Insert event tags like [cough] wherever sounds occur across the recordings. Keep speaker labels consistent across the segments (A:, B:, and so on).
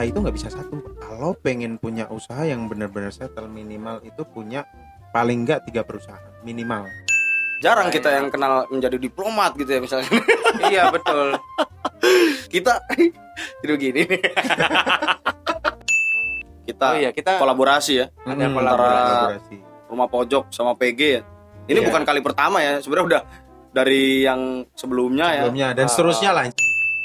A: itu nggak bisa satu kalau pengen punya usaha yang benar-benar settle minimal itu punya paling nggak tiga perusahaan minimal
B: Jarang
C: Iya,
B: kita
C: iya.
B: yang kenal menjadi diplomat gitu ya misalnya.
C: [laughs] iya betul
B: kita [laughs] jadi gini nih. [laughs] kita
C: oh iya kita
B: kolaborasi ya.
C: Ada
A: Mm,
C: kolaborasi.
A: kolaborasi
B: Rumah pojok sama PG ya.
A: Iya.
B: Ini bukan kali pertama ya. Sebenarnya udah dari yang sebelumnya, ya.
A: sebelumnya dan
C: Ah.
A: seterusnya lah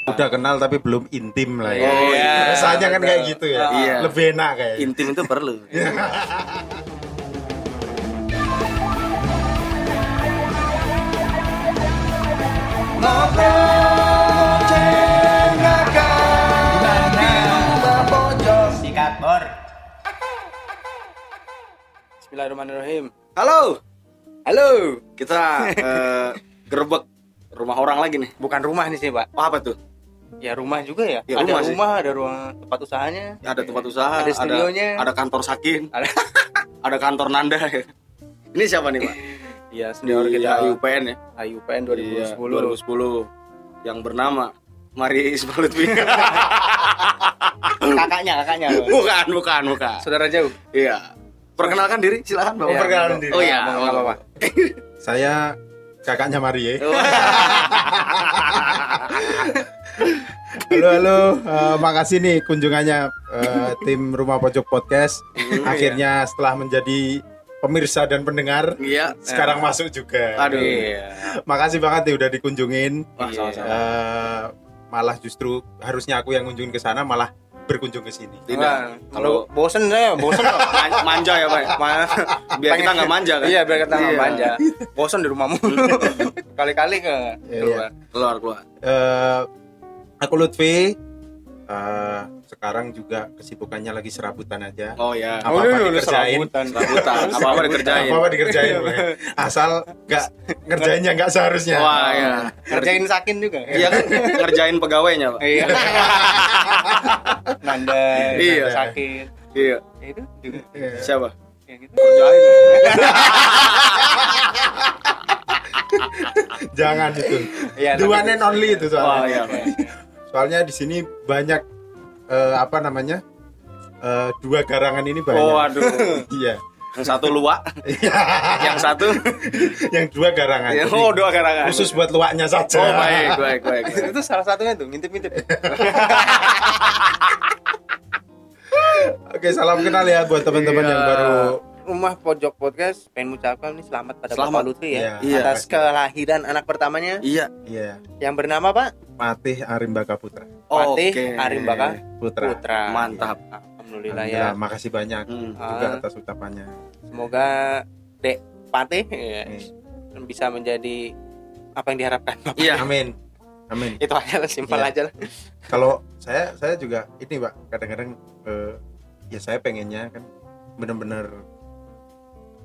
A: udah kenal tapi belum intim lah ya
B: Iya.
C: Oh, iya.
A: rasanya kan kayak gitu ya
C: Ah.
B: Iya.
A: lebih enak
B: ya.
A: kayak
B: Intim itu perlu.
C: [laughs] Iya. sikat bor Bismillahirrahmanirrahim
B: Halo. Halo. Kita eh, gerbek rumah orang lagi nih.
C: bukan rumah nih sih pak
B: Wah, apa tuh?
C: ya rumah juga ya,
B: Ya,
C: ada
B: rumah
C: rumah,
B: sih. Ya,
C: ada ruang tempat usahanya
B: Ada tempat usaha,
C: Iya. Ada studionya.
B: ada kantor Sakin,
C: ada
B: [laughs] ada kantor
C: [laughs]
B: Nanda. Ini siapa nih, Pak?
C: ya
B: Di
C: senior kita
B: IUPN ya.
C: IUPN
B: Iya,
C: 2010
B: 2010 yang bernama Mari Ismail [laughs] Lutfi.
C: kakaknya kakaknya
B: bukan, bukan, bukan.
C: saudara jauh
B: Iya. Perkenalkan diri, silakan Bapak.
C: Iya,
A: perkenalan diri.
B: Oh iya,
C: Nggak
B: nggak
C: apa-apa.
B: apa-apa.
A: saya kakaknya Marie
C: [laughs]
A: halo halo Eh, makasih nih kunjungannya eh, tim rumah pojok podcast
B: Iya.
A: akhirnya setelah menjadi pemirsa dan pendengar
B: Iya.
A: sekarang masuk juga
B: Aduh.
C: Iya.
A: makasih banget nih udah dikunjungin
B: Wah,
C: Iya.
B: sama-sama.
A: Eh, malah justru harusnya aku yang kunjungin ke sana malah berkunjung ke sini
B: Tidak. Kalau
C: kalau bosen saya bosen loh
B: [laughs] man- manja ya, Pak.
C: Ma-
B: Biar
C: pengen-
B: kita nggak manja kan.
C: Iya, biar kita nggak
B: Iya.
C: manja. Bosan di rumahmu.
B: [laughs]
C: Kali-kali ke
A: Iya,
C: keluar.
B: Keluar, keluar.
A: Eh, aku Lutfi Eh, sekarang juga kesibukannya lagi serabutan aja
B: Oh iya.
A: Apa-apa
C: Aduh, lu
A: dikerjain.
C: serabutan.
B: Serabutan, apa-apa dikerjain.
A: apa apa
B: [laughs]
A: dikerjain pokoknya. asal nggak ngerjainnya nggak seharusnya
B: Wah, iya.
C: Kerjain sakin juga. ya?
B: Iya kan ngerjain pegawainya, Pak. [laughs]
C: Iya. Nanda,
B: Iya.
C: nanda sakit.
B: Iya.
C: Ya itu juga.
A: Iya.
B: Siapa?
C: Ya gitu.
B: Kerjain.
A: jangan itu
C: Iya,
A: the one
C: tapi-
A: and only itu soalnya
B: Oh iya,
C: Iya.
B: Pak.
A: soalnya di sini banyak eh, apa namanya eh, dua garangan ini banyak
B: Oh, aduh.
A: iya [laughs]
B: Yang satu luak, yang satu
A: yang dua garangan
B: yang
A: Jadi
B: oh dua karangan.
A: khusus buat luaknya saja
B: Oh baik, baik, baik. baik.
C: itu salah satunya tuh ngintip-ngintip.
A: Oke, salam kenal ya buat teman-teman
B: Iya.
A: yang baru.
C: Rumah Pojok Podcast pengen mengucapkan nih selamat pada
B: Selamat.
C: Bapak Lutfi ya
B: Iya.
C: atas kelahiran anak pertamanya
B: Iya.
A: Iya,
C: yang bernama Pak
A: Patih Arimbaka Putra.
C: Patih
B: Oke.
C: Arimbaka
A: Putra.
C: Putra.
B: Mantap.
C: Alhamdulillah ya.
A: Alhamdulillah, makasih banyak
B: Hmm.
A: juga
C: Ah.
A: atas ucapannya.
C: Semoga Dek Patih ya,
A: Nih.
B: Hmm.
C: bisa menjadi apa yang diharapkan [laughs] Bapak.
B: Iya.
A: Amin. Amin.
C: Itu aja lah, simpel
A: Iya.
C: aja lah.
A: Kalau saya saya juga ini, Pak, kadang-kadang eh, ya saya pengennya kan benar-benar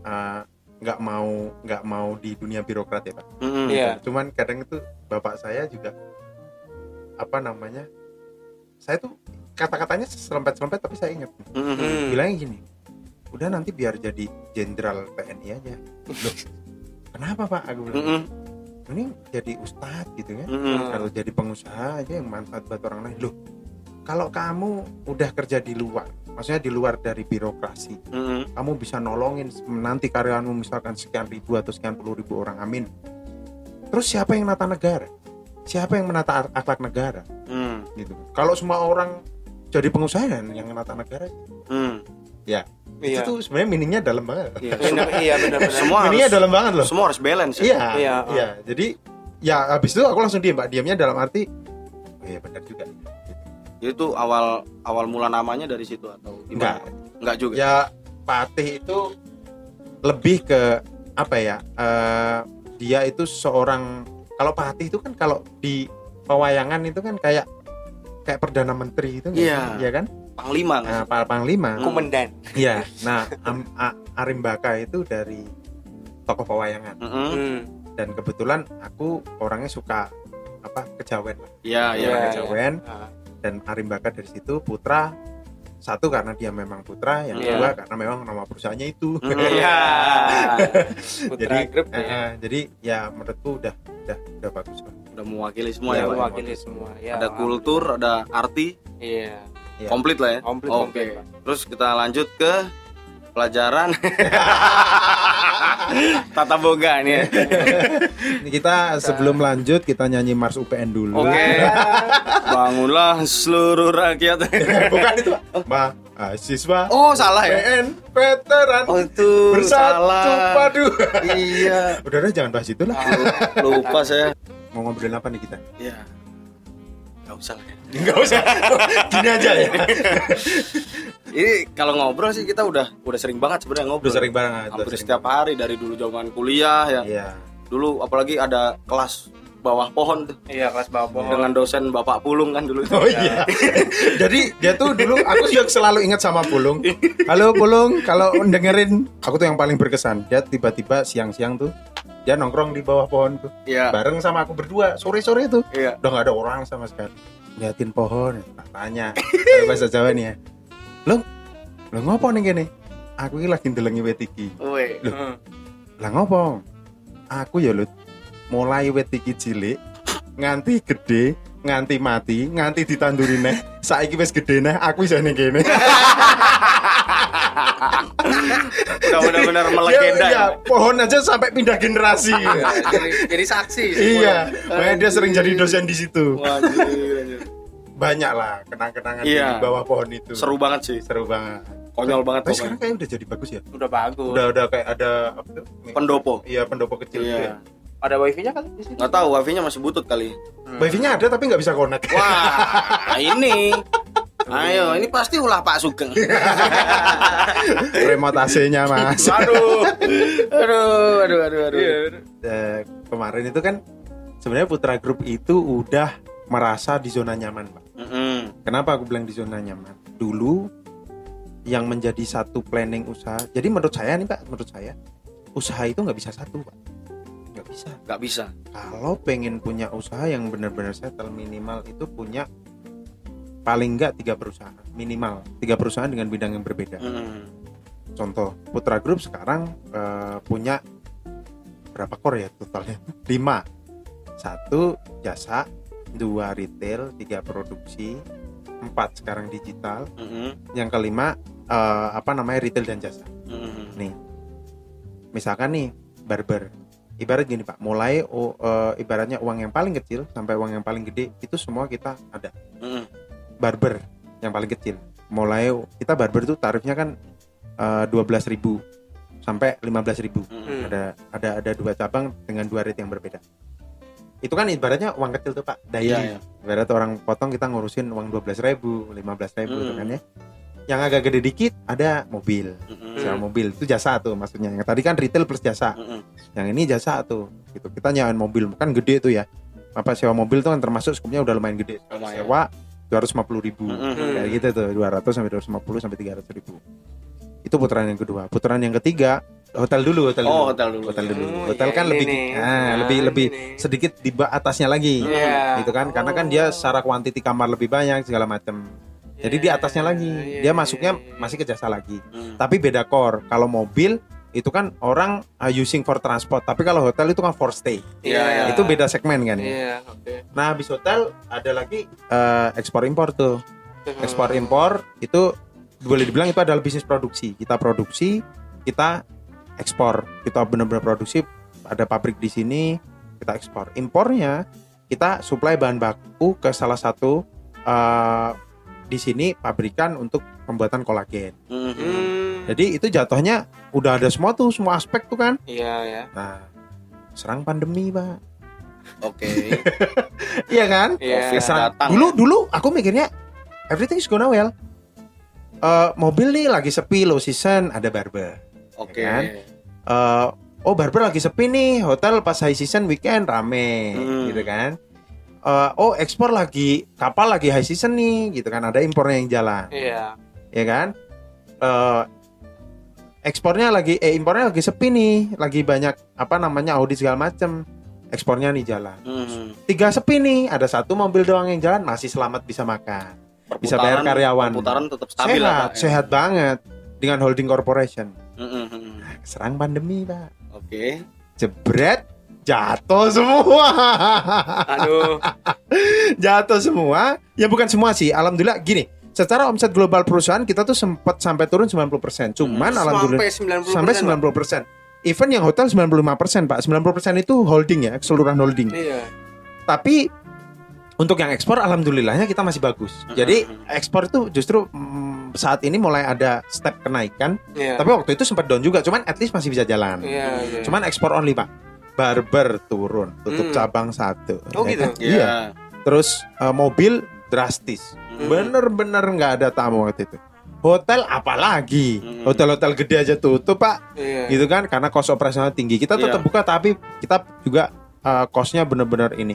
A: eh, nggak mau nggak mau di dunia birokrat ya, Pak.
B: Mm-mm.
C: Iya.
A: Cuman kadang itu bapak saya juga apa namanya? Saya tuh kata-katanya selempet-selempet tapi saya ingat.
B: Mm-mm.
A: bilangnya gini udah nanti biar jadi jenderal TNI aja Loh, kenapa pak aku bilang
B: Mm-mm.
A: ini jadi ustadz gitu ya
B: Mm-mm.
A: kalau jadi pengusaha aja yang manfaat buat orang lain loh kalau kamu udah kerja di luar maksudnya di luar dari birokrasi
B: Mm-mm.
A: kamu bisa nolongin nanti karyawanmu misalkan sekian ribu atau sekian puluh ribu orang amin terus siapa yang nata negara siapa yang menata akhlak negara
B: Mm.
A: gitu kalau semua orang jadi pengusaha dan yang menata negara
B: Mm.
C: Iya.
A: itu tuh sebenarnya miningnya dalam banget
B: Iya.
C: Bener, iya benar-benar.
B: Semua
A: miningnya
B: harus
A: dalam banget loh
B: semua harus balance. ya.
A: Iya,
C: Iya.
A: iya, Jadi ya habis itu aku langsung diem, Pak. Diamnya dalam arti oh iya benar juga.
B: Itu awal awal mula namanya dari situ atau
A: Enggak.
B: gimana? Enggak juga.
A: Ya Patih itu lebih ke apa ya? eh, dia itu seorang kalau Patih itu kan kalau di pewayangan itu kan kayak kayak perdana menteri itu nggak
B: Iya.
A: sih? Iya kan?
B: Panglima nggak
A: Nah,
B: sih?
A: Pak
C: [laughs]
A: Panglima.
C: Komandan.
A: Iya. Nah, Am- A- Arimbaka itu dari tokoh pewayangan
B: Mm-mm.
C: Hmm.
A: dan kebetulan aku orangnya suka apa kejawen lah.
B: Iya, iya.
C: Iya.
A: kejawen
C: Ah.
A: dan Arimbaka dari situ Putra satu karena dia memang Putra yang
C: Iya.
A: kedua karena memang nama perusahaannya itu [laughs]
B: Mm.
C: Iya.
A: jadi
C: Putra Group
A: eh,
C: ya.
A: eh, jadi ya menurutku udah udah udah bagus lah.
B: Udah mewakili semua
A: Iya,
B: ya.
A: Pak.
B: Pak.
C: mewakili semua. Ya,
B: Ada
C: alhamdulillah.
B: kultur, ada arti.
C: Iya.
A: Iya.
B: komplit lah ya.
C: Komplit,
B: Oke.
C: komplit, Pak.
B: Terus kita lanjut ke
A: [laughs]
B: pelajaran tata boga nih. Ya.
A: Ini kita sebelum lanjut kita nyanyi Mars UPN dulu.
B: Oke.
A: [laughs]
B: Bangunlah seluruh rakyat.
A: Bukan itu, Pak. Mahasiswa
B: oh salah ya.
A: PN veteran
B: Oh
A: Eh,
B: itu
A: bersatu
B: salah. Ah.
A: padu.
B: Iya.
A: Udah deh jangan bahas itu lah.
B: Lupa saya.
A: Mau ngobrolin apa nih kita? [laughs]
B: Iya. Gak usah lah. ya.
A: Enggak usah. Gini aja ya.
B: Ini kalau ngobrol sih kita udah udah sering banget sebenarnya ngobrol.
A: Udah sering banget.
B: Hampir setiap hari dari dulu zaman kuliah ya.
A: Iya.
B: Dulu apalagi ada kelas bawah pohon tuh
C: Iya, kelas bawah pohon.
B: dengan dosen Bapak Pulung kan dulu.
A: Oh iya. [laughs] Jadi dia tuh dulu aku juga selalu ingat sama Pulung. Halo Pulung, kalau dengerin aku tuh yang paling berkesan. Dia tiba-tiba siang-siang tuh dia nongkrong di bawah pohon tuh
B: Iya.
A: bareng sama aku berdua sore-sore tuh.
B: Iya.
A: Udah nggak ada orang sama sekali. Liatin pohon, tak tanya. Pakai bahasa Jawa nih ya. Lo lo ngopo nih gini? Aku ini lagi ndelengi wit iki.
B: Weh.
A: Loh.
C: Heeh.
A: Lah ngopo? Aku ya Lut mulai wit iki cilik nganti gede nganti mati nganti ditanduri neh saiki wis gede neh aku bisa nih
B: [laughs]
A: gini
B: Iya, Udah benar-benar melegenda
A: Iya,
B: ya.
A: iya, pohon aja sampai pindah
B: [laughs]
A: generasi
C: jadi, jadi saksi.
A: iya makanya dia sering jadi dosen di situ
B: Wah, anjir, anjir.
A: banyak lah kenang-kenangan
B: Iya.
A: di bawah pohon itu
B: Seru banget sih.
A: seru banget
B: Konyol banget
A: tapi
B: pokoknya.
A: sekarang kayak udah jadi bagus ya
C: Udah bagus.
A: udah udah kayak ada apa tuh?
B: Pendopo.
A: iya pendopo kecil gitu ya.
B: Iya.
C: Ada wifi-nya kan di sini? Hmm.
B: Nggak tahu wifi-nya masih butut kali.
A: wifi-nya ada tapi nggak bisa connect
B: [laughs] Wah, ini. Ayo, ini pasti ulah Pak Sugeng.
A: remote AC-nya
B: [laughs]
A: mas
B: aduh. Aduh, aduh, aduh, aduh.
A: Eh, kemarin itu kan sebenarnya Putra Group itu udah merasa di zona nyaman, Pak.
B: Mm-mm.
A: Kenapa aku bilang di zona nyaman? Dulu yang menjadi satu planning usaha. Jadi menurut saya nih, Pak, menurut saya usaha itu nggak bisa satu, Pak. Nggak bisa.
B: Nggak bisa.
A: Kalau pengen punya usaha yang benar-benar settle minimal itu punya paling nggak tiga perusahaan minimal tiga perusahaan dengan bidang yang berbeda.
B: Mm-mm.
A: Contoh Putra Group sekarang eh, punya berapa core ya totalnya? [laughs] 5 Satu jasa, dua retail, tiga produksi, empat sekarang digital,
B: Mm-mm.
A: yang kelima eh, apa namanya retail dan jasa.
B: Mm-mm.
A: Misalkan nih barber, ibarat gini pak, mulai oh, eh, ibaratnya uang yang paling kecil sampai uang yang paling gede itu semua kita ada.
B: Mm-mm.
A: barber yang paling kecil. Mulai kita barber tuh tarifnya kan dua belas ribu sampai lima belas ribu.
B: Mm-mm.
A: Ada ada ada dua cabang dengan dua rate yang berbeda. Itu kan ibaratnya uang kecil tuh pak. Daily.
B: Iya, iya.
A: Ibarat orang potong kita ngurusin uang dua belas ribu, lima belas ribu
B: Mm.
A: gitu kan ya. Yang agak gede dikit ada mobil,
B: Mm-mm.
A: sewa mobil itu jasa tuh maksudnya. Yang tadi kan retail plus jasa,
B: Mm-mm.
A: yang ini jasa tuh. Gitu. Kita nyewain mobil, kan gede tuh ya. Apa sewa mobil tuh kan termasuk skupnya udah lumayan gede.
B: Lumayan. Hmm,
A: Sewa dua ratus ribu
B: Mm-mm.
A: kayak gitu tuh 200 sampai 250 sampai 300 ribu itu putaran yang kedua putaran yang ketiga hotel dulu hotel dulu
B: Oh, hotel dulu.
A: hotel dulu
C: Oh,
A: hotel
C: ya
A: kan
C: ini
A: lebih
C: nih.
A: nah,
C: Nah,
A: lebih
C: ini
A: lebih
C: nih.
A: sedikit di ba- atasnya lagi
C: Iya.
A: gitu kan karena kan dia secara kuantiti kamar lebih banyak segala macam
C: Iya,
A: jadi di atasnya lagi dia masuknya masih ke jasa lagi
B: Mm.
A: tapi beda core kalau mobil itu kan orang uh, using for transport tapi kalau hotel itu kan for stay
B: Iya, iya.
A: itu beda segmen kan ya
C: Iya, oke.
A: nah habis hotel ada lagi uh, ekspor impor tuh
C: Hmm.
A: ekspor impor itu boleh dibilang itu adalah bisnis produksi kita produksi kita ekspor kita benar-benar produksi ada pabrik di sini kita ekspor impornya kita supply bahan baku ke salah satu eh, di sini pabrikan untuk pembuatan kolagen
B: Mm-mm.
C: Hmm.
A: jadi itu jatuhnya udah ada semua tuh semua aspek tuh kan
C: Iya, ya.
A: nah serang pandemi pak
B: Oke.
A: [laughs] iya kan
C: Iya.
B: Office
A: Serang-
B: datang. ya.
A: dulu dulu aku mikirnya everything is gonna well Eh, mobil nih lagi sepi low season ada barber
B: Oke.
C: Iya,
A: Kan? Eh, oh barber lagi sepi nih hotel pas high season weekend rame
B: Hmm.
A: gitu kan Eh, oh ekspor lagi kapal lagi high season nih gitu kan ada impornya yang jalan
C: Iya.
A: ya kan Eh, ekspornya lagi eh impornya lagi sepi nih lagi banyak apa namanya audit segala macem ekspornya nih jalan
B: Mm-mm.
A: tiga sepi nih ada satu mobil doang yang jalan masih selamat bisa makan Bisa
B: Perputaran-
A: bayar karyawan.
B: Perputaran tetap stabil
A: sehat
B: lah, Pak, ya.
A: sehat banget dengan holding corporation Ah,
B: Mm-mm.
A: serang pandemi pak
B: Oke.
A: jebret jatuh semua [laughs]
C: Aduh.
A: Kan jatuh semua ya bukan semua sih alhamdulillah gini secara omset global perusahaan kita tuh sempat sampai turun 90%. Cuman
C: Hmm,
A: alhamdulillah sampai 90%. Even yang hotel 95%, Pak. 90% itu holding ya, keseluruhan holding.
C: Iya.
A: Tapi untuk yang ekspor alhamdulillahnya kita masih bagus. Jadi ekspor itu justru mm, saat ini mulai ada step kenaikan.
C: Iya.
A: Tapi waktu itu sempat down juga, cuman at least masih bisa jalan.
C: Iya, iya.
A: Cuman ekspor only, Pak. Barber turun, tutup
C: Hmm.
A: cabang satu.
C: Oh,
A: Ya
C: gitu?
A: kan? Iya. Terus eh, mobil drastis.
B: Hmm.
C: Mm.
A: Bener-bener nggak ada tamu waktu itu. Hotel apalagi?
C: Mm.
B: Hmm.
A: Hotel-hotel gede aja tutup, Pak.
C: Iya.
A: Gitu kan karena kos operasional tinggi. Kita tetap
B: Iya.
A: buka tapi kita juga eh, kosnya bener-bener ini.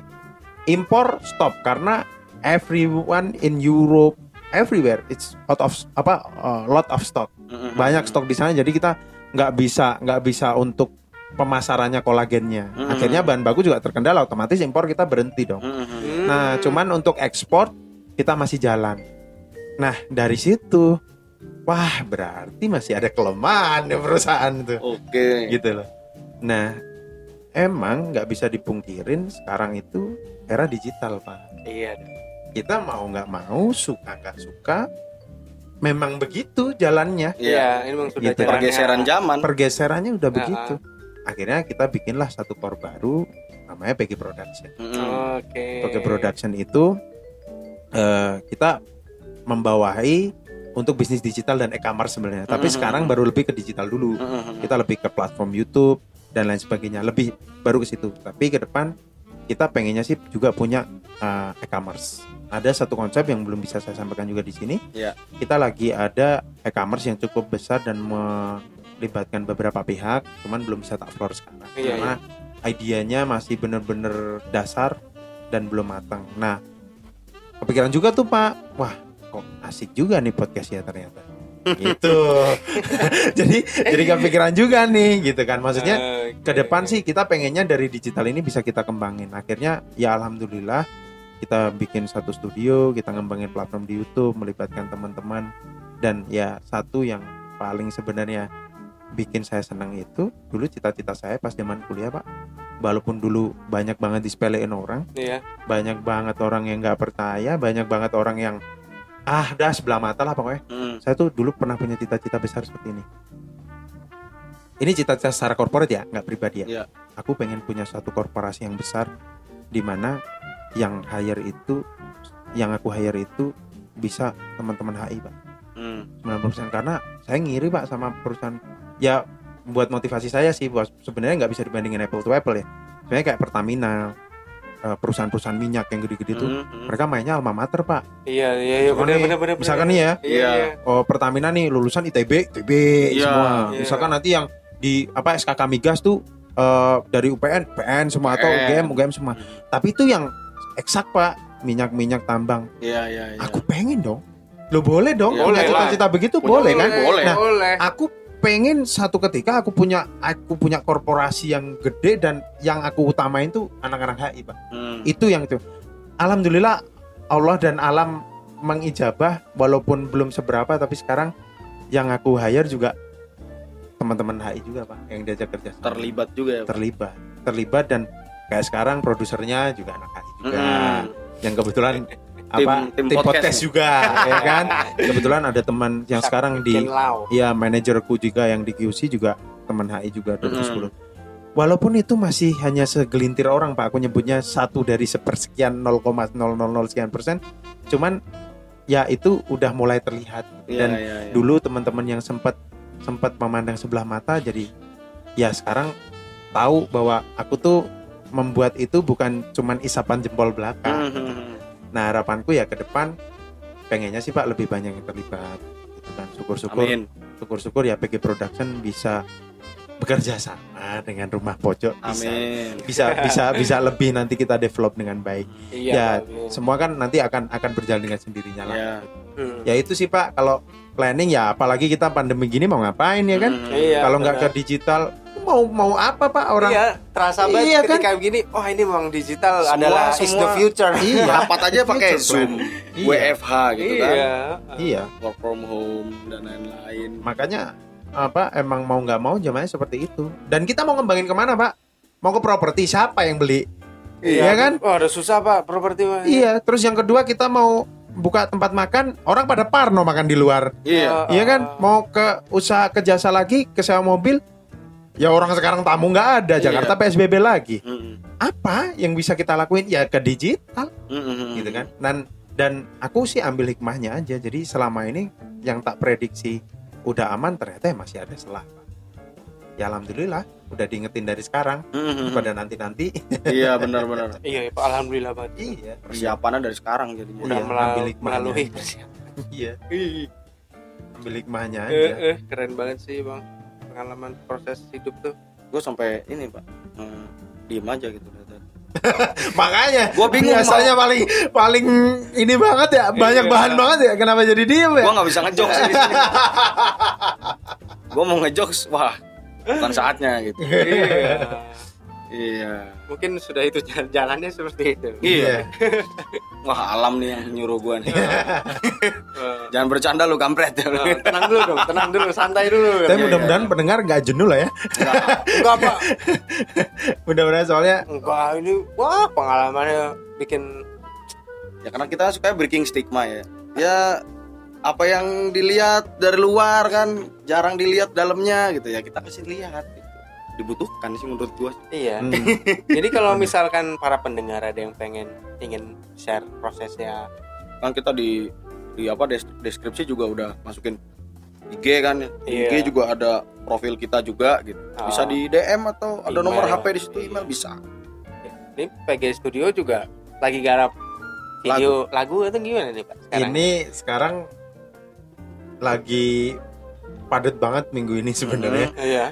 A: Impor stop karena everyone in Europe everywhere it's out of apa eh, lot of stock.
B: Mm-mm.
A: Banyak stok di sana jadi kita nggak bisa nggak bisa untuk pemasarannya kolagennya.
B: Hmm.
A: Akhirnya bahan baku juga terkendala otomatis impor kita berhenti dong.
B: Mm-mm.
C: Hmm.
A: Nah, cuman untuk ekspor kita masih jalan. Nah, dari situ wah berarti masih ada kelemahan di perusahaan itu.
B: Oke.
A: Gitu loh. Nah, emang nggak bisa dipungkirin sekarang itu era digital, Pak.
C: Iya.
A: Kita mau nggak mau, suka nggak suka, memang begitu jalannya.
B: Iya.
C: Iya, ini memang sudah ya.
A: Gitu.
C: jalannya.
B: Pergeseran zaman.
A: Pergeserannya udah
C: Nah,
A: begitu. Akhirnya kita bikinlah satu core baru namanya Peggy Production.
B: Mm-mm.
C: Oke.
A: Tokyo Production itu eh, kita membawahi untuk bisnis digital dan e-commerce sebenarnya. Tapi
B: Mhm.
A: sekarang baru lebih ke digital dulu.
B: Mm-mm.
A: Kita lebih ke platform YouTube dan lain sebagainya. Lebih baru ke situ. Tapi ke depan kita pengennya sih juga punya eh, e-commerce. Ada satu konsep yang belum bisa saya sampaikan juga di sini.
C: Ya.
B: Iya.
A: Kita lagi ada e-commerce yang cukup besar dan melibatkan beberapa pihak. Cuman belum bisa tak floor sekarang.
C: Iya,
A: Karena idenya masih bener-bener dasar dan belum matang. Nah, kepikiran juga tuh Pak, wah kok asik juga nih podcast ya ternyata. gitu. jadi jadi kepikiran juga nih gitu kan. Maksudnya
C: Oke.
A: ke depan sih kita pengennya dari digital ini bisa kita kembangin. Akhirnya ya alhamdulillah kita bikin satu studio, kita ngembangin platform di YouTube, melibatkan teman-teman dan ya satu yang paling sebenarnya bikin saya senang itu dulu cita-cita saya pas zaman kuliah pak walaupun dulu banyak banget disepelein orang
C: Iya.
A: banyak banget orang yang nggak percaya banyak banget orang yang ah dah sebelah mata lah pokoknya
B: Mm.
A: saya tuh dulu pernah punya cita-cita besar seperti ini. Ini cita-cita secara korporat ya, nggak pribadi ya.
B: Iya.
A: Aku pengen punya suatu korporasi yang besar, di mana yang hire itu, yang aku hire itu bisa teman-teman HI pak,
B: Mm.
A: 90% karena saya ngiri pak sama perusahaan. Ya buat motivasi saya sih, buat sebenarnya nggak bisa dibandingin apple to apple ya. Sebenarnya kayak Pertamina, eh, perusahaan-perusahaan minyak yang gede-gede tuh,
B: Mm-mm.
A: Gitu. mereka mainnya alma mater pak.
C: Iya, iya, iya,
A: Misalkan
C: benar
A: nih-
C: benar benar.
A: Misalkan
C: benar.
A: nih ya,
C: Iya.
B: Iya.
A: oh Pertamina nih lulusan ITB, ITB
B: Iya,
A: semua.
C: iya.
A: Misalkan nanti yang di apa SKK Migas tuh eh, dari UPN, PN semua atau
B: PN.
A: UGM, UGM semua. Tapi itu yang eksak Pak, minyak-minyak tambang.
B: Iya, iya, iya.
A: Aku pengen dong. Lo boleh dong
B: Iya,
A: punya
B: boleh
A: cita-cita begitu
B: Punya
A: boleh kan?
B: cita-cita. Boleh.
C: Nah, boleh.
A: Aku pengen satu ketika aku punya aku punya korporasi yang gede dan yang aku utamain tuh anak-anak HI, Pak
B: Mm.
A: itu yang itu alhamdulillah Allah dan alam mengijabah walaupun belum seberapa tapi sekarang yang aku hire juga teman-teman HI juga pak yang diajak kerja sama.
B: terlibat juga ya. Pak?
A: terlibat terlibat dan kayak sekarang produsernya juga anak HI juga
B: Mm-mm.
A: yang kebetulan apa tim,
B: tim
A: podcast,
B: podcast
A: juga ya kan kebetulan ada teman yang sekarang di
C: Bikin lau.
A: Iya manajerku juga yang di QC juga teman HI juga 2010.
B: Mm-mm.
A: Walaupun itu masih hanya segelintir orang pak, aku nyebutnya satu dari sepersekian 0,000 sekian persen. Cuman ya itu udah mulai terlihat
B: Iya,
A: dan
B: iya, iya.
A: dulu teman-teman yang sempat sempat memandang sebelah mata jadi ya sekarang tahu bahwa aku tuh membuat itu bukan cuman isapan jempol belakang.
B: Mm.
A: Nah harapanku ya ke depan pengennya sih pak lebih banyak yang terlibat. Gitu kan syukur-syukur
B: Amin.
A: syukur-syukur ya PG Production bisa bekerja sama dengan rumah pojok bisa
B: Amin.
A: bisa bisa bisa lebih nanti kita develop dengan baik
C: Iya.
A: Ya,
C: bagus.
A: semua kan nanti akan akan berjalan dengan sendirinya lah
B: Iya.
C: Hmm.
A: ya itu sih pak kalau planning ya apalagi kita pandemi gini mau ngapain ya kan
B: Mm.
C: Iya.
A: kalau nggak ke
C: benar.
A: digital mau mau apa pak orang
C: Iya, terasa banget
A: Iya, kan?
C: ketika begini. Oh, ini memang digital
B: Semua-
C: adalah is the
B: semua-
C: future. [laughs]
A: iya
B: Rapat aja pakai
A: Future
B: Zoom,
A: planning. Iya.
B: WFH gitu kan,
C: Iya.
A: iya
B: work from home dan lain-lain.
A: makanya apa emang mau nggak mau zamannya seperti itu dan kita mau ngembangin kemana pak mau ke properti siapa yang beli Iya kan?
C: Oh, udah susah, Pak, properti Pak.
A: Iya, terus yang Iya, kedua kita mau buka tempat makan, orang pada parno makan di luar.
B: Iya.
C: Eh,
A: Iya kan,
C: Ah.
A: mau ke usaha ke jasa lagi, ke sewa mobil, ya orang sekarang tamu nggak ada,
B: Iya.
A: Jakarta PSBB lagi.
B: Mm-mm.
A: Apa yang bisa kita lakuin? Ya ke digital,
B: Mm-mm.
A: gitu kan. Dan dan aku sih ambil hikmahnya aja. Jadi selama ini yang tak prediksi udah aman ternyata ya masih ada celah. Pak. Ya alhamdulillah udah diingetin dari sekarang
B: Mm-mm.
A: [laughs] pada nanti-nanti.
B: Iya benar-benar.
C: Iya, Pak, alhamdulillah banget.
A: iya.
B: [laughs] Persiapannya dari sekarang jadinya.
C: Udah
A: Iya,
C: melal-
A: ambil hikmahnya.
C: melalui persiapan.
A: Iya,
C: Ih,
A: ambil hikmahnya aja.
C: eh, eh, keren banget sih, Bang. Pengalaman proses hidup
A: [laughs]
C: tuh.
B: Gue sampai ini pak, mm, diem aja gitu.
A: Makanya
B: Gua bingung,
A: biasanya paling paling ini banget ya, banyak
C: Iya.
A: bahan banget ya. Kenapa jadi diem ya?
B: Gue nggak bisa ngejokes di sini. Gue mau ngejokes, wah bukan saatnya gitu.
C: Iya.
B: Iya.
C: Mungkin sudah itu jalan- jalannya seperti itu.
B: Iya. Wah alam nih yang nyuruh gue nih.
C: Eh,
B: Jangan bercanda lu kampret ya. lu.
C: eh, tenang dulu dong, tenang dulu, santai dulu.
A: Tapi mudah-mudahan pendengar nggak jenuh lah ya. [laughs]
C: Enggak, Pak.
A: Mudah-mudahan soalnya
C: Enggak, ini wah pengalamannya bikin
B: ya karena kita suka breaking stigma ya. Ya apa yang dilihat dari luar kan jarang dilihat dalamnya gitu ya kita kasih lihat. Gitu. Dibutuhkan sih menurut gue.
C: iya.
A: hmm,
C: Jadi kalau misalkan para pendengar ada yang pengen ingin share prosesnya,
B: Kan kita di di apa des- deskripsi juga udah masukin IG kan. ya. Di
C: Iya.
B: IG juga ada profil kita juga gitu. Bisa
C: Ah.
B: di DM atau ada nomor
C: Email.
B: HP di situ email bisa.
C: ini PG Studio juga lagi garap video lagu, atau gimana nih Pak? Sekarang?
A: ini sekarang lagi padat banget minggu ini sebenarnya.
C: iya.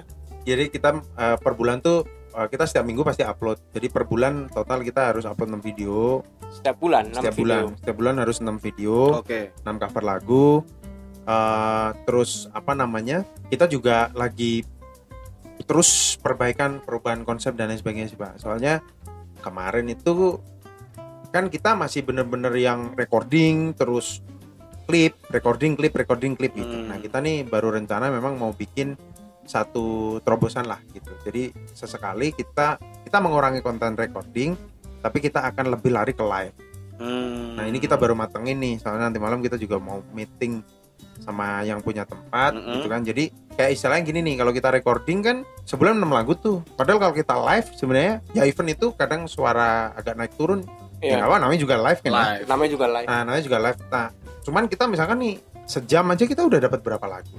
A: Jadi kita eh, per bulan tuh eh, kita setiap minggu pasti upload. Jadi per bulan total kita harus upload 6 video
C: Setiap bulan, enam
A: setiap
C: video.
A: bulan. Setiap bulan harus 6 video.
B: Oke.
A: 6 cover lagu Eh, terus apa namanya kita juga lagi terus perbaikan perubahan konsep dan lain sebagainya sih Pak. soalnya kemarin itu kan kita masih bener-bener yang recording terus klip recording klip recording klip gitu
B: Hmm.
A: nah kita nih baru rencana memang mau bikin satu terobosan lah gitu jadi sesekali kita kita mengurangi konten recording tapi kita akan lebih lari ke live
B: Hmm.
A: Nah ini kita baru matengin nih, soalnya nanti malam kita juga mau meeting sama yang punya tempat,
B: Mm-mm.
C: Mm-hmm.
A: gitu kan. Jadi kayak istilahnya gini nih, kalau kita recording kan sebulan 6 lagu tuh. Padahal kalau kita live sebenarnya ya event itu kadang suara agak naik turun. Ya
C: Iya.
A: nggak apa, namanya juga live kan. ya.
B: live.
C: Namanya juga live.
A: Nah namanya juga live. Nah, cuman kita misalkan nih sejam aja kita udah dapat berapa lagu.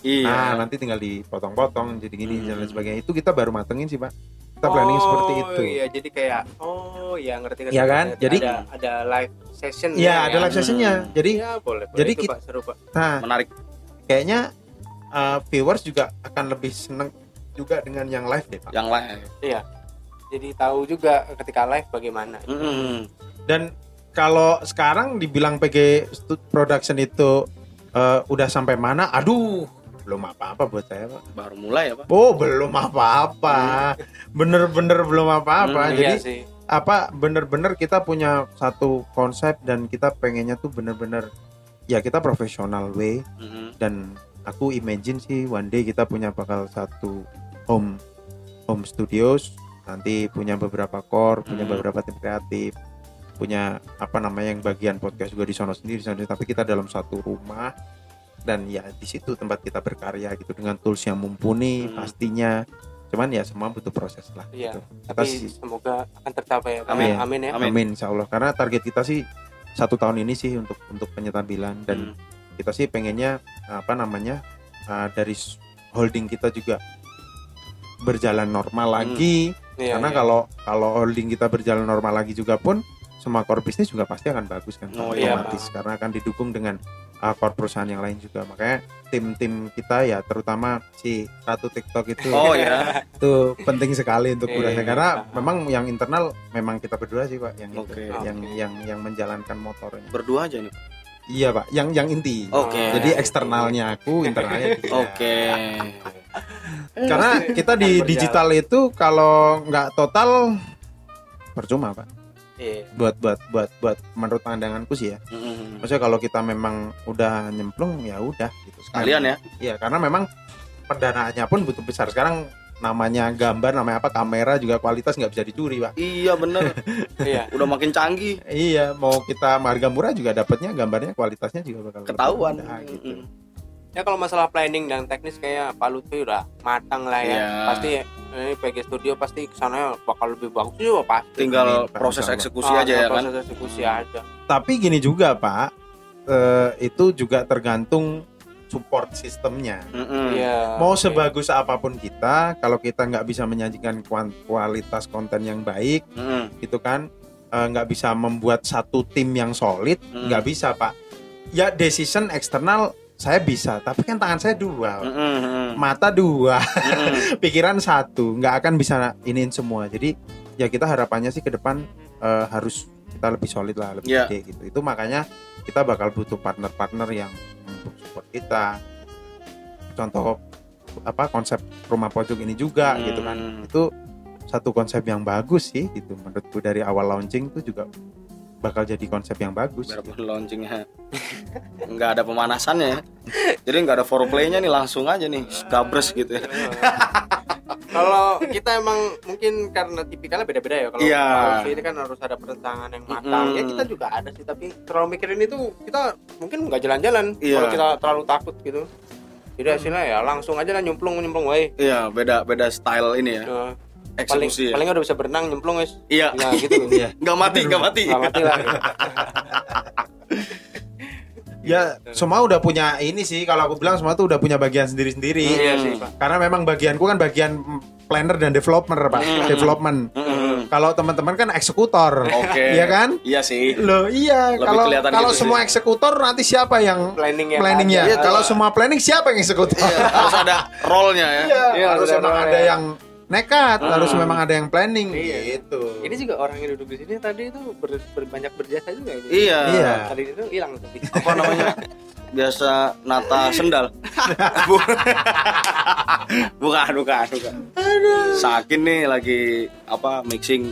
B: Iya.
A: Nah nanti tinggal dipotong-potong, jadi gini dan
B: Hmm.
A: lain sebagainya. Itu kita baru matengin sih pak. Kita planning seperti
C: Mm-hmm. Oh,
A: itu.
C: Iya, jadi kayak oh ya ngerti ngerti.
A: Iya kan?
C: ngerti.
A: Jadi-
C: ada ada live session.
A: Iya ada live
B: Hmm.
A: sessionnya. Jadi
C: Ya, boleh, boleh.
A: Jadi
C: Itu,
A: kita-
C: Pak, seru Pak.
A: nah
B: Menarik.
A: kayaknya uh, viewers juga akan lebih seneng juga dengan yang live deh
C: Ya.
A: pak.
B: Yang live.
C: Jadi tahu juga ketika live bagaimana.
B: Mm-mm.
A: Dan kalau sekarang dibilang PG Stu- Production itu uh, udah sampai mana? Aduh, belum apa-apa buat saya pak.
B: Baru mulai ya pak.
A: Oh, belum apa-apa. Bener-bener belum apa-apa.
C: Hmm,
A: Ah, Jadi
C: iya sih.
A: apa bener-bener kita punya satu konsep dan kita pengennya tuh bener-bener ya kita profesional way
B: Mm-mm.
A: dan aku imagine sih one day kita punya bakal satu home home studios nanti punya beberapa core punya
B: Hmm.
A: beberapa tim kreatif punya apa namanya yang bagian podcast juga di sono sendiri di sono sendiri. tapi kita dalam satu rumah dan ya di situ tempat kita berkarya gitu dengan tools yang mumpuni
B: Hmm.
A: pastinya cuman ya semua butuh proses lah
C: Iya.
A: gitu. Kita
C: Tapi
A: sih-
C: semoga akan tercapai ya. Pak.
B: Amin.
C: Amin ya.
B: Amin.
A: amin. insya Allah karena target kita sih satu tahun ini sih untuk untuk penyetabilan dan
B: Mm.
A: kita sih pengennya apa namanya uh, dari s- holding kita juga berjalan normal lagi
C: Hmm. Iya,
A: karena
C: iya.
A: kalau kalau holding kita berjalan normal lagi juga pun semua core bisnis juga pasti akan bagus kan
B: Oh,
C: iya,
A: otomatis karena akan didukung dengan uh, core perusahaan yang lain juga makanya tim-tim kita ya terutama si Ratu TikTok itu
B: Oh ya.
A: itu penting sekali untuk
C: Iya,
A: budaya
C: iya.
A: karena memang yang internal memang kita berdua sih Pak yang itu,
B: Oke.
A: yang
C: Oke.
A: yang yang menjalankan motornya
B: Berdua aja nih. Pak.
A: iya Pak yang yang
C: Oh,
A: inti
B: Oke.
A: jadi eksternalnya aku, internalnya dia.
B: Oke.
A: Karena kita di
C: Berjalan.
A: digital itu kalau nggak total percuma pak.
C: Iya.
A: Buat buat buat buat menurut pandanganku sih ya.
B: Mm-mm.
A: Maksudnya kalau kita memang udah nyemplung ya udah gitu.
B: Kalian ya.
A: Iya karena memang pendanaannya pun butuh besar. Sekarang 6 namanya gambar namanya apa kamera juga kualitas nggak bisa dicuri pak
B: iya bener
C: iya
B: udah makin canggih
A: iya mau kita harga murah juga dapatnya gambarnya kualitasnya juga bakal lebih
B: ketahuan
A: rendah, gitu.
B: Mm-mm.
C: ya kalau masalah planning dan teknis kayak Pak Lutfi udah matang lah ya
B: Iya.
C: pasti ini PG Studio pasti kesananya bakal lebih bagus juga pasti
B: tinggal
A: Amin,
B: proses
A: Pak.
B: eksekusi
C: Ah,
B: aja ya kan
C: proses eksekusi aja
A: tapi gini juga pak eh, itu juga tergantung support sistemnya
B: Mm-mm.
C: Iya.
A: mau
C: Oke.
A: sebagus apapun kita kalau kita nggak bisa menyajikan kuan- kualitas konten yang baik
B: Mm-mm.
A: gitu kan eh, nggak bisa membuat satu tim yang solid
B: Hmm.
A: nggak bisa pak ya decision eksternal saya bisa tapi kan tangan saya dua
B: Mm-mm. Mm-mm.
A: mata dua
B: Mm-mm.
A: pikiran satu nggak akan bisa iniin semua jadi ya kita harapannya sih ke depan eh, harus kita lebih solid lah lebih
B: Ya.
A: gede gitu itu makanya kita bakal butuh partner-partner yang untuk support kita contoh apa konsep rumah pojok ini juga gitu kan
B: Mm.
A: itu satu konsep yang bagus sih gitu menurutku dari awal launching itu juga bakal jadi konsep yang bagus
B: biarpun launchingnya nggak ada pemanasannya ya. jadi nggak ada foreplaynya nih langsung aja nih gabres gitu ya
C: [laughs] kalau kita emang mungkin karena tipikalnya beda-beda ya kalau
B: Iya.
C: kalau ini kan harus ada perencanaan yang matang
B: Mm-mm.
C: ya kita juga ada sih tapi terlalu mikirin itu kita mungkin nggak jalan-jalan
B: Iya.
C: kalau kita terlalu takut gitu
A: Hmm.
C: jadi hasilnya ya langsung aja lah nyemplung nyemplung woi
B: iya beda beda style ini ya
C: Nah, paling
B: eksekusi ya.
C: paling udah bisa berenang nyemplung
B: [laughs]
C: wes
B: iya
C: ya gitu
A: Iya.
B: nggak mati nggak mati
C: Nggak mati lah
A: ya semua udah punya ini sih kalau aku bilang semua tuh udah punya bagian sendiri-sendiri
C: iya sih pak
A: karena memang bagianku kan bagian mm, planner dan developer pak
B: Hmm.
A: development
B: Mm-mm.
A: kalau teman-teman kan eksekutor
B: oke
A: iya kan
B: iya sih
A: loh iya
B: Lebih
A: kalau
B: kelihatan
A: kalau
B: gitu
A: semua
B: sih.
A: eksekutor nanti siapa yang
C: planningnya kan
A: planningnya
B: Iya,
A: kalau
B: iya.
A: semua planning siapa yang eksekutor
B: Iya, harus ada rollnya ya
A: Iya,
C: Iya,
A: harus
C: benar,
A: memang
C: benar,
A: ada
C: ya.
A: yang nekat,
B: Hmm.
A: harus memang ada yang planning
C: Iya.
A: gitu.
C: ini juga orang yang duduk di sini tadi itu ber, ber- banyak berjasa juga ini
B: iya
A: Iya.
C: tadi itu hilang tapi
B: apa namanya
A: Mm-hmm.
B: biasa nata sendal [laughs] Bu- bukan bukan bukan sakin nih lagi apa mixing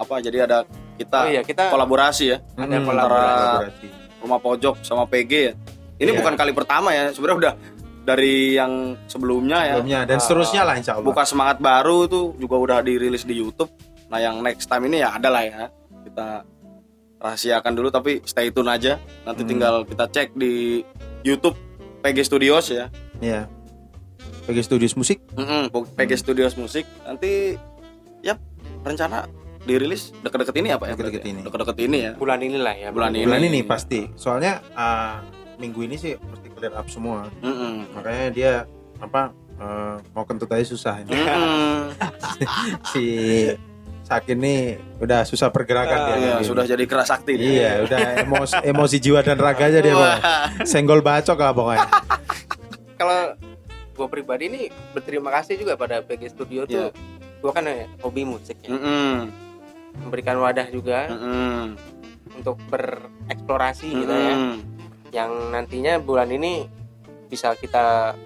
B: apa jadi ada
C: oh
B: kita
C: iya kita
B: kolaborasi ya
C: Ada
A: Hmm,
B: kolaborasi.
A: kolaborasi.
B: rumah pojok sama PG ya. Ini
A: Iya.
B: bukan kali pertama ya, sebenarnya udah dari yang sebelumnya ya.
A: Sebelumnya dan seterusnya lah insya Allah.
B: Buka semangat baru tuh juga udah dirilis di YouTube. Nah, yang next time ini ya ada lah ya. Kita rahasiakan dulu tapi stay tune aja. Nanti
A: Hmm.
B: tinggal kita cek di YouTube PG Studios ya.
A: Iya. Bagi studios musik
B: Mm-mm, PG Studios Musik. Nanti yap rencana dirilis deket-deket ini apa ya?
A: Deket-deket
B: berarti ya?
A: ini.
B: Deket-deket ini ya.
C: bulan ini lah ya
B: Bulan ini.
A: bulan ini pasti. Soalnya ah, minggu ini sih mesti clear up semua. [laughs]
B: Mm-mm.
A: Makanya dia apa eh, mau kentut aja susah ini.
B: Mm-mm.
A: si Sakin nih udah susah pergerakan dia.
B: Iya,
A: Ini.
B: sudah jadi keras sakti dia.
A: Iya, udah emosi, emosi jiwa dan raganya dia
B: Wah.
A: pokoknya. Senggol bacok lah pokoknya.
C: kalau gue pribadi ini berterima kasih juga pada PG Studio
B: Iya.
C: tuh gue kan eh, hobi musik
B: Hmm.
C: ya.
B: Mm-mm.
C: memberikan wadah juga
B: Mm-mm. Hmm.
C: untuk bereksplorasi gitu ya
B: Mm-mm.
C: yang nantinya bulan ini bisa kita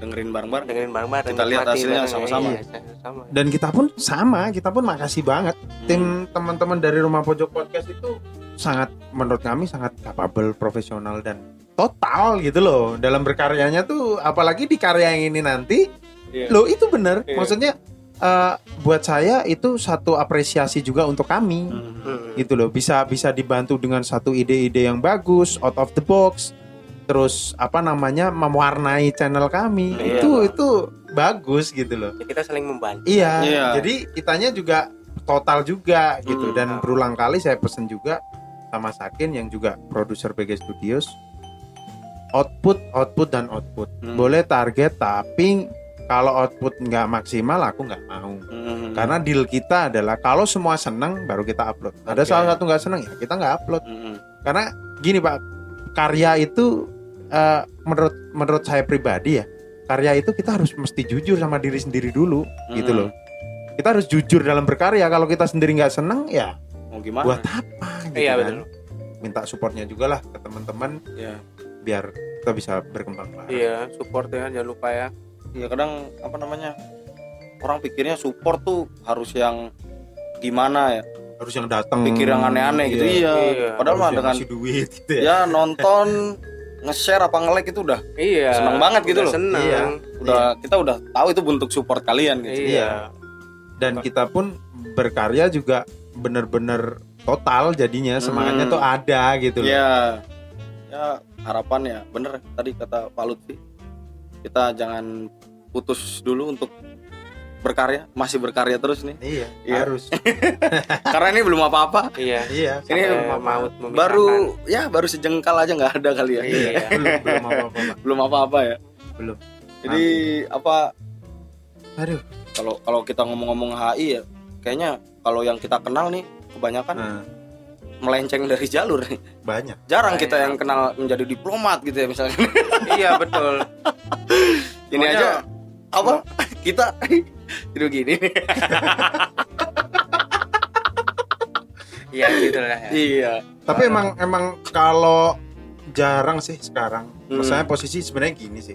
B: Dengerin bareng-bareng.
C: dengerin bareng-bareng
B: Kita lihat
C: nikmati
B: hasilnya
C: bareng-bareng.
B: sama-sama.
C: Iya, sama-sama.
A: dan kita pun sama kita pun makasih banget tim teman-teman dari rumah pojok podcast itu sangat menurut kami sangat capable profesional dan total gitu loh dalam berkaryanya tuh apalagi di karya yang ini nanti
C: Iya.
A: loh itu bener
C: Iya.
A: maksudnya eh, buat saya itu satu apresiasi juga untuk kami
B: Mm.
C: Hmm.
A: gitu loh bisa bisa dibantu dengan satu ide-ide yang bagus out of the box terus apa namanya mewarnai channel kami
B: Iya.
A: itu itu bagus gitu loh
C: Ya, kita saling membantu
A: Iya.
B: Iya.
A: Jadi kitanya juga total juga gitu
B: Hmm.
A: dan berulang kali saya pesen juga sama Sakin yang juga produser PG Studios output output dan output
B: Hmm.
A: boleh target tapi kalau output nggak maksimal aku nggak mau
B: Mm.
A: karena deal kita adalah kalau semua seneng baru kita upload ada
B: Oke.
A: salah satu nggak seneng ya kita nggak upload
B: Mm-mm.
A: karena gini pak karya itu eh, menurut menurut saya pribadi ya karya itu kita harus mesti jujur sama diri sendiri dulu gitu
B: Mm.
A: loh kita harus jujur dalam berkarya kalau kita sendiri nggak seneng ya
B: Mau gimana?
A: buat apa gitu
C: iya
A: kan.
C: betul
A: minta supportnya juga lah ke teman-teman
B: Iya.
A: biar kita bisa berkembang lah
C: iya support ya jangan lupa ya
B: Ya kadang apa namanya? Orang pikirnya support tuh harus yang gimana ya?
A: harus yang datang
B: Pikir yang aneh-aneh gitu. Iya.
C: Iya.
B: Padahal
A: Harus
B: mah Iya.
A: yang
B: dengan
A: ngasih duit gitu ya
B: ya nonton nge-share apa nge-like itu udah
C: iya
B: Seneng banget gitu
C: udah
B: loh.
C: seneng
A: Iya.
B: udah kita udah tahu itu bentuk support kalian gitu.
C: Iya.
A: Iya. Dan kita pun berkarya juga bener-bener total jadinya semangatnya
B: Hmm.
A: tuh ada gitu loh.
B: Iya. Ya harapan ya bener tadi kata Pak Lutfi kita jangan putus dulu untuk berkarya masih berkarya terus nih
A: Iya,
B: Iya.
A: harus.
B: karena ini belum apa-apa
C: iya
A: iya.
B: Ini [laughs]
C: Sampai
B: belum apa-apa.
C: maut memisahkan.
B: baru ya baru sejengkal aja nggak ada kali ya
C: iya
A: belum belum apa-apa, Pak.
B: belum apa-apa ya
A: Belum.
B: jadi apa
A: Aduh.
B: kalau kalau kita ngomong-ngomong HI ya kayaknya kalau yang kita kenal nih kebanyakan
A: Nah,
B: melenceng dari jalur
A: banyak.
B: jarang
C: Iya.
B: kita yang kenal menjadi diplomat gitu ya misalnya [laughs]
C: iya betul
B: ini
C: Pokoknya-
B: aja
C: [laughs]
B: apa kita [laughs] hidup gini nih.
C: iya gitu lah ya.
B: iya
A: Tapi emang emang kalau jarang sih sekarang.
B: Hmm.
A: Misalnya posisi sebenarnya gini sih.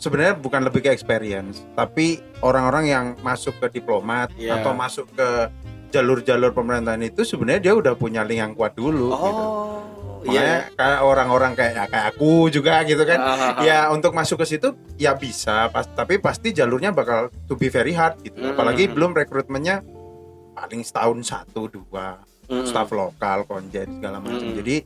A: Sebenarnya bukan lebih ke experience, tapi orang-orang yang masuk ke diplomat
B: Iya.
A: atau masuk ke jalur-jalur pemerintahan itu sebenarnya dia udah punya link yang kuat dulu gitu.
B: oh
A: Makanya kayak orang-orang kayak ya, kayak aku juga gitu kan.
B: iya
A: Ya untuk masuk ke situ ya bisa, pas, tapi pasti jalurnya bakal to be very hard gitu.
B: Hmm.
A: Apalagi belum rekrutmennya paling setahun satu dua staff lokal, konjen segala macam.
B: Hmm.
A: Jadi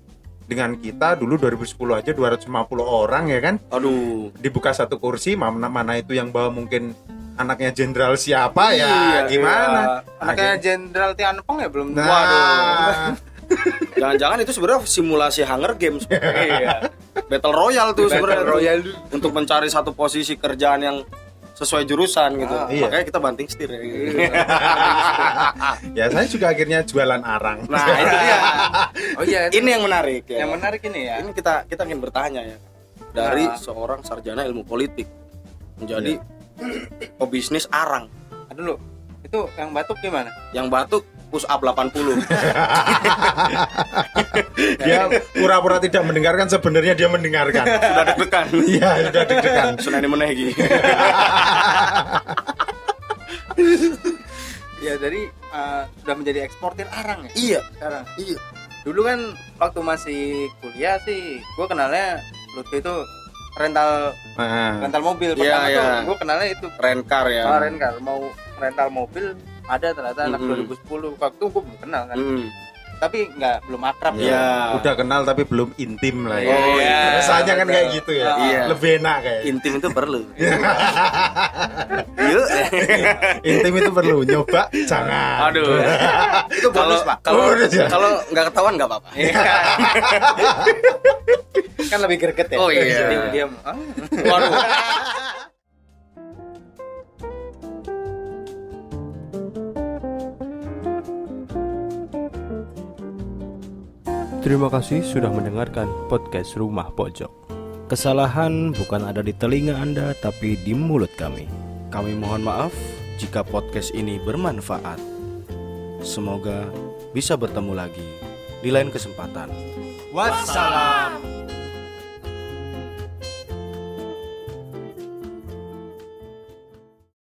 A: dengan kita dulu 2010 aja 250 orang ya kan
B: aduh
A: dibuka satu kursi mana mana itu yang bawa mungkin anaknya jenderal siapa ya
B: Iya,
A: gimana
C: anaknya jenderal Tianpong ya belum
A: nah
B: [laughs] iya. jangan-jangan itu sebenarnya simulasi Hunger
C: [laughs]
B: Games
C: iya
B: battle royale tuh sebenarnya
C: Battle
B: tuh.
C: Royale
B: untuk mencari satu posisi kerjaan yang sesuai jurusan gitu
C: Ah, Iya.
A: iya.
B: makanya kita banting setir ya.
A: ya saya juga akhirnya jualan arang
B: [laughs] nah itu
C: [laughs]
B: dia
C: oh iya itu
B: ini yang menarik ya
C: yang menarik ini ya
B: ini kita kita ingin bertanya ya dari
C: Nah.
B: seorang sarjana ilmu politik menjadi [clears throat] pebisnis arang
C: aduh lu itu yang batuk gimana
B: yang batuk push up [laughs]
A: [laughs]
B: 80
A: dia pura-pura tidak mendengarkan sebenarnya dia mendengarkan
B: sudah deg-degan
A: iya sudah deg-degan
B: Sunani Menehi
C: ya jadi eh, sudah menjadi eksportir arang ya
B: [laughs] iya
C: sekarang
B: iya
C: dulu kan waktu masih kuliah sih gue kenalnya Lutfi itu rental
A: nah,
C: rental mobil
B: Iya,
C: pertama
B: iya.
C: tuh gue kenalnya itu
B: Rencar ya
C: kemarin kan mau rental mobil ada ternyata anak
B: Mm-mm.
C: 2010 waktu itu gue belum kenal kan
B: Hmm.
C: tapi nggak belum akrab
A: Iya.
C: ya
A: udah kenal tapi belum intim lah ya
B: Nah. Oh, iya.
A: rasanya kan kayak gitu ya
B: Iya.
A: lebih enak kayak
B: intim itu [laughs] perlu Iya. yuk
A: intim itu perlu nyoba jangan
B: aduh
C: itu
B: kalau
C: bonus pak
B: kalau
A: Bonus ya?
B: kalau nggak ketahuan nggak apa-apa
C: kan lebih greget ya
B: Oh, iya.
C: Diam- diam Ah,
B: waduh
D: Terima kasih sudah mendengarkan podcast Rumah Pojok. Kesalahan bukan ada di telinga Anda, tapi di mulut kami.
B: Kami mohon maaf jika podcast ini bermanfaat. Semoga bisa bertemu lagi di lain kesempatan.
A: wassalam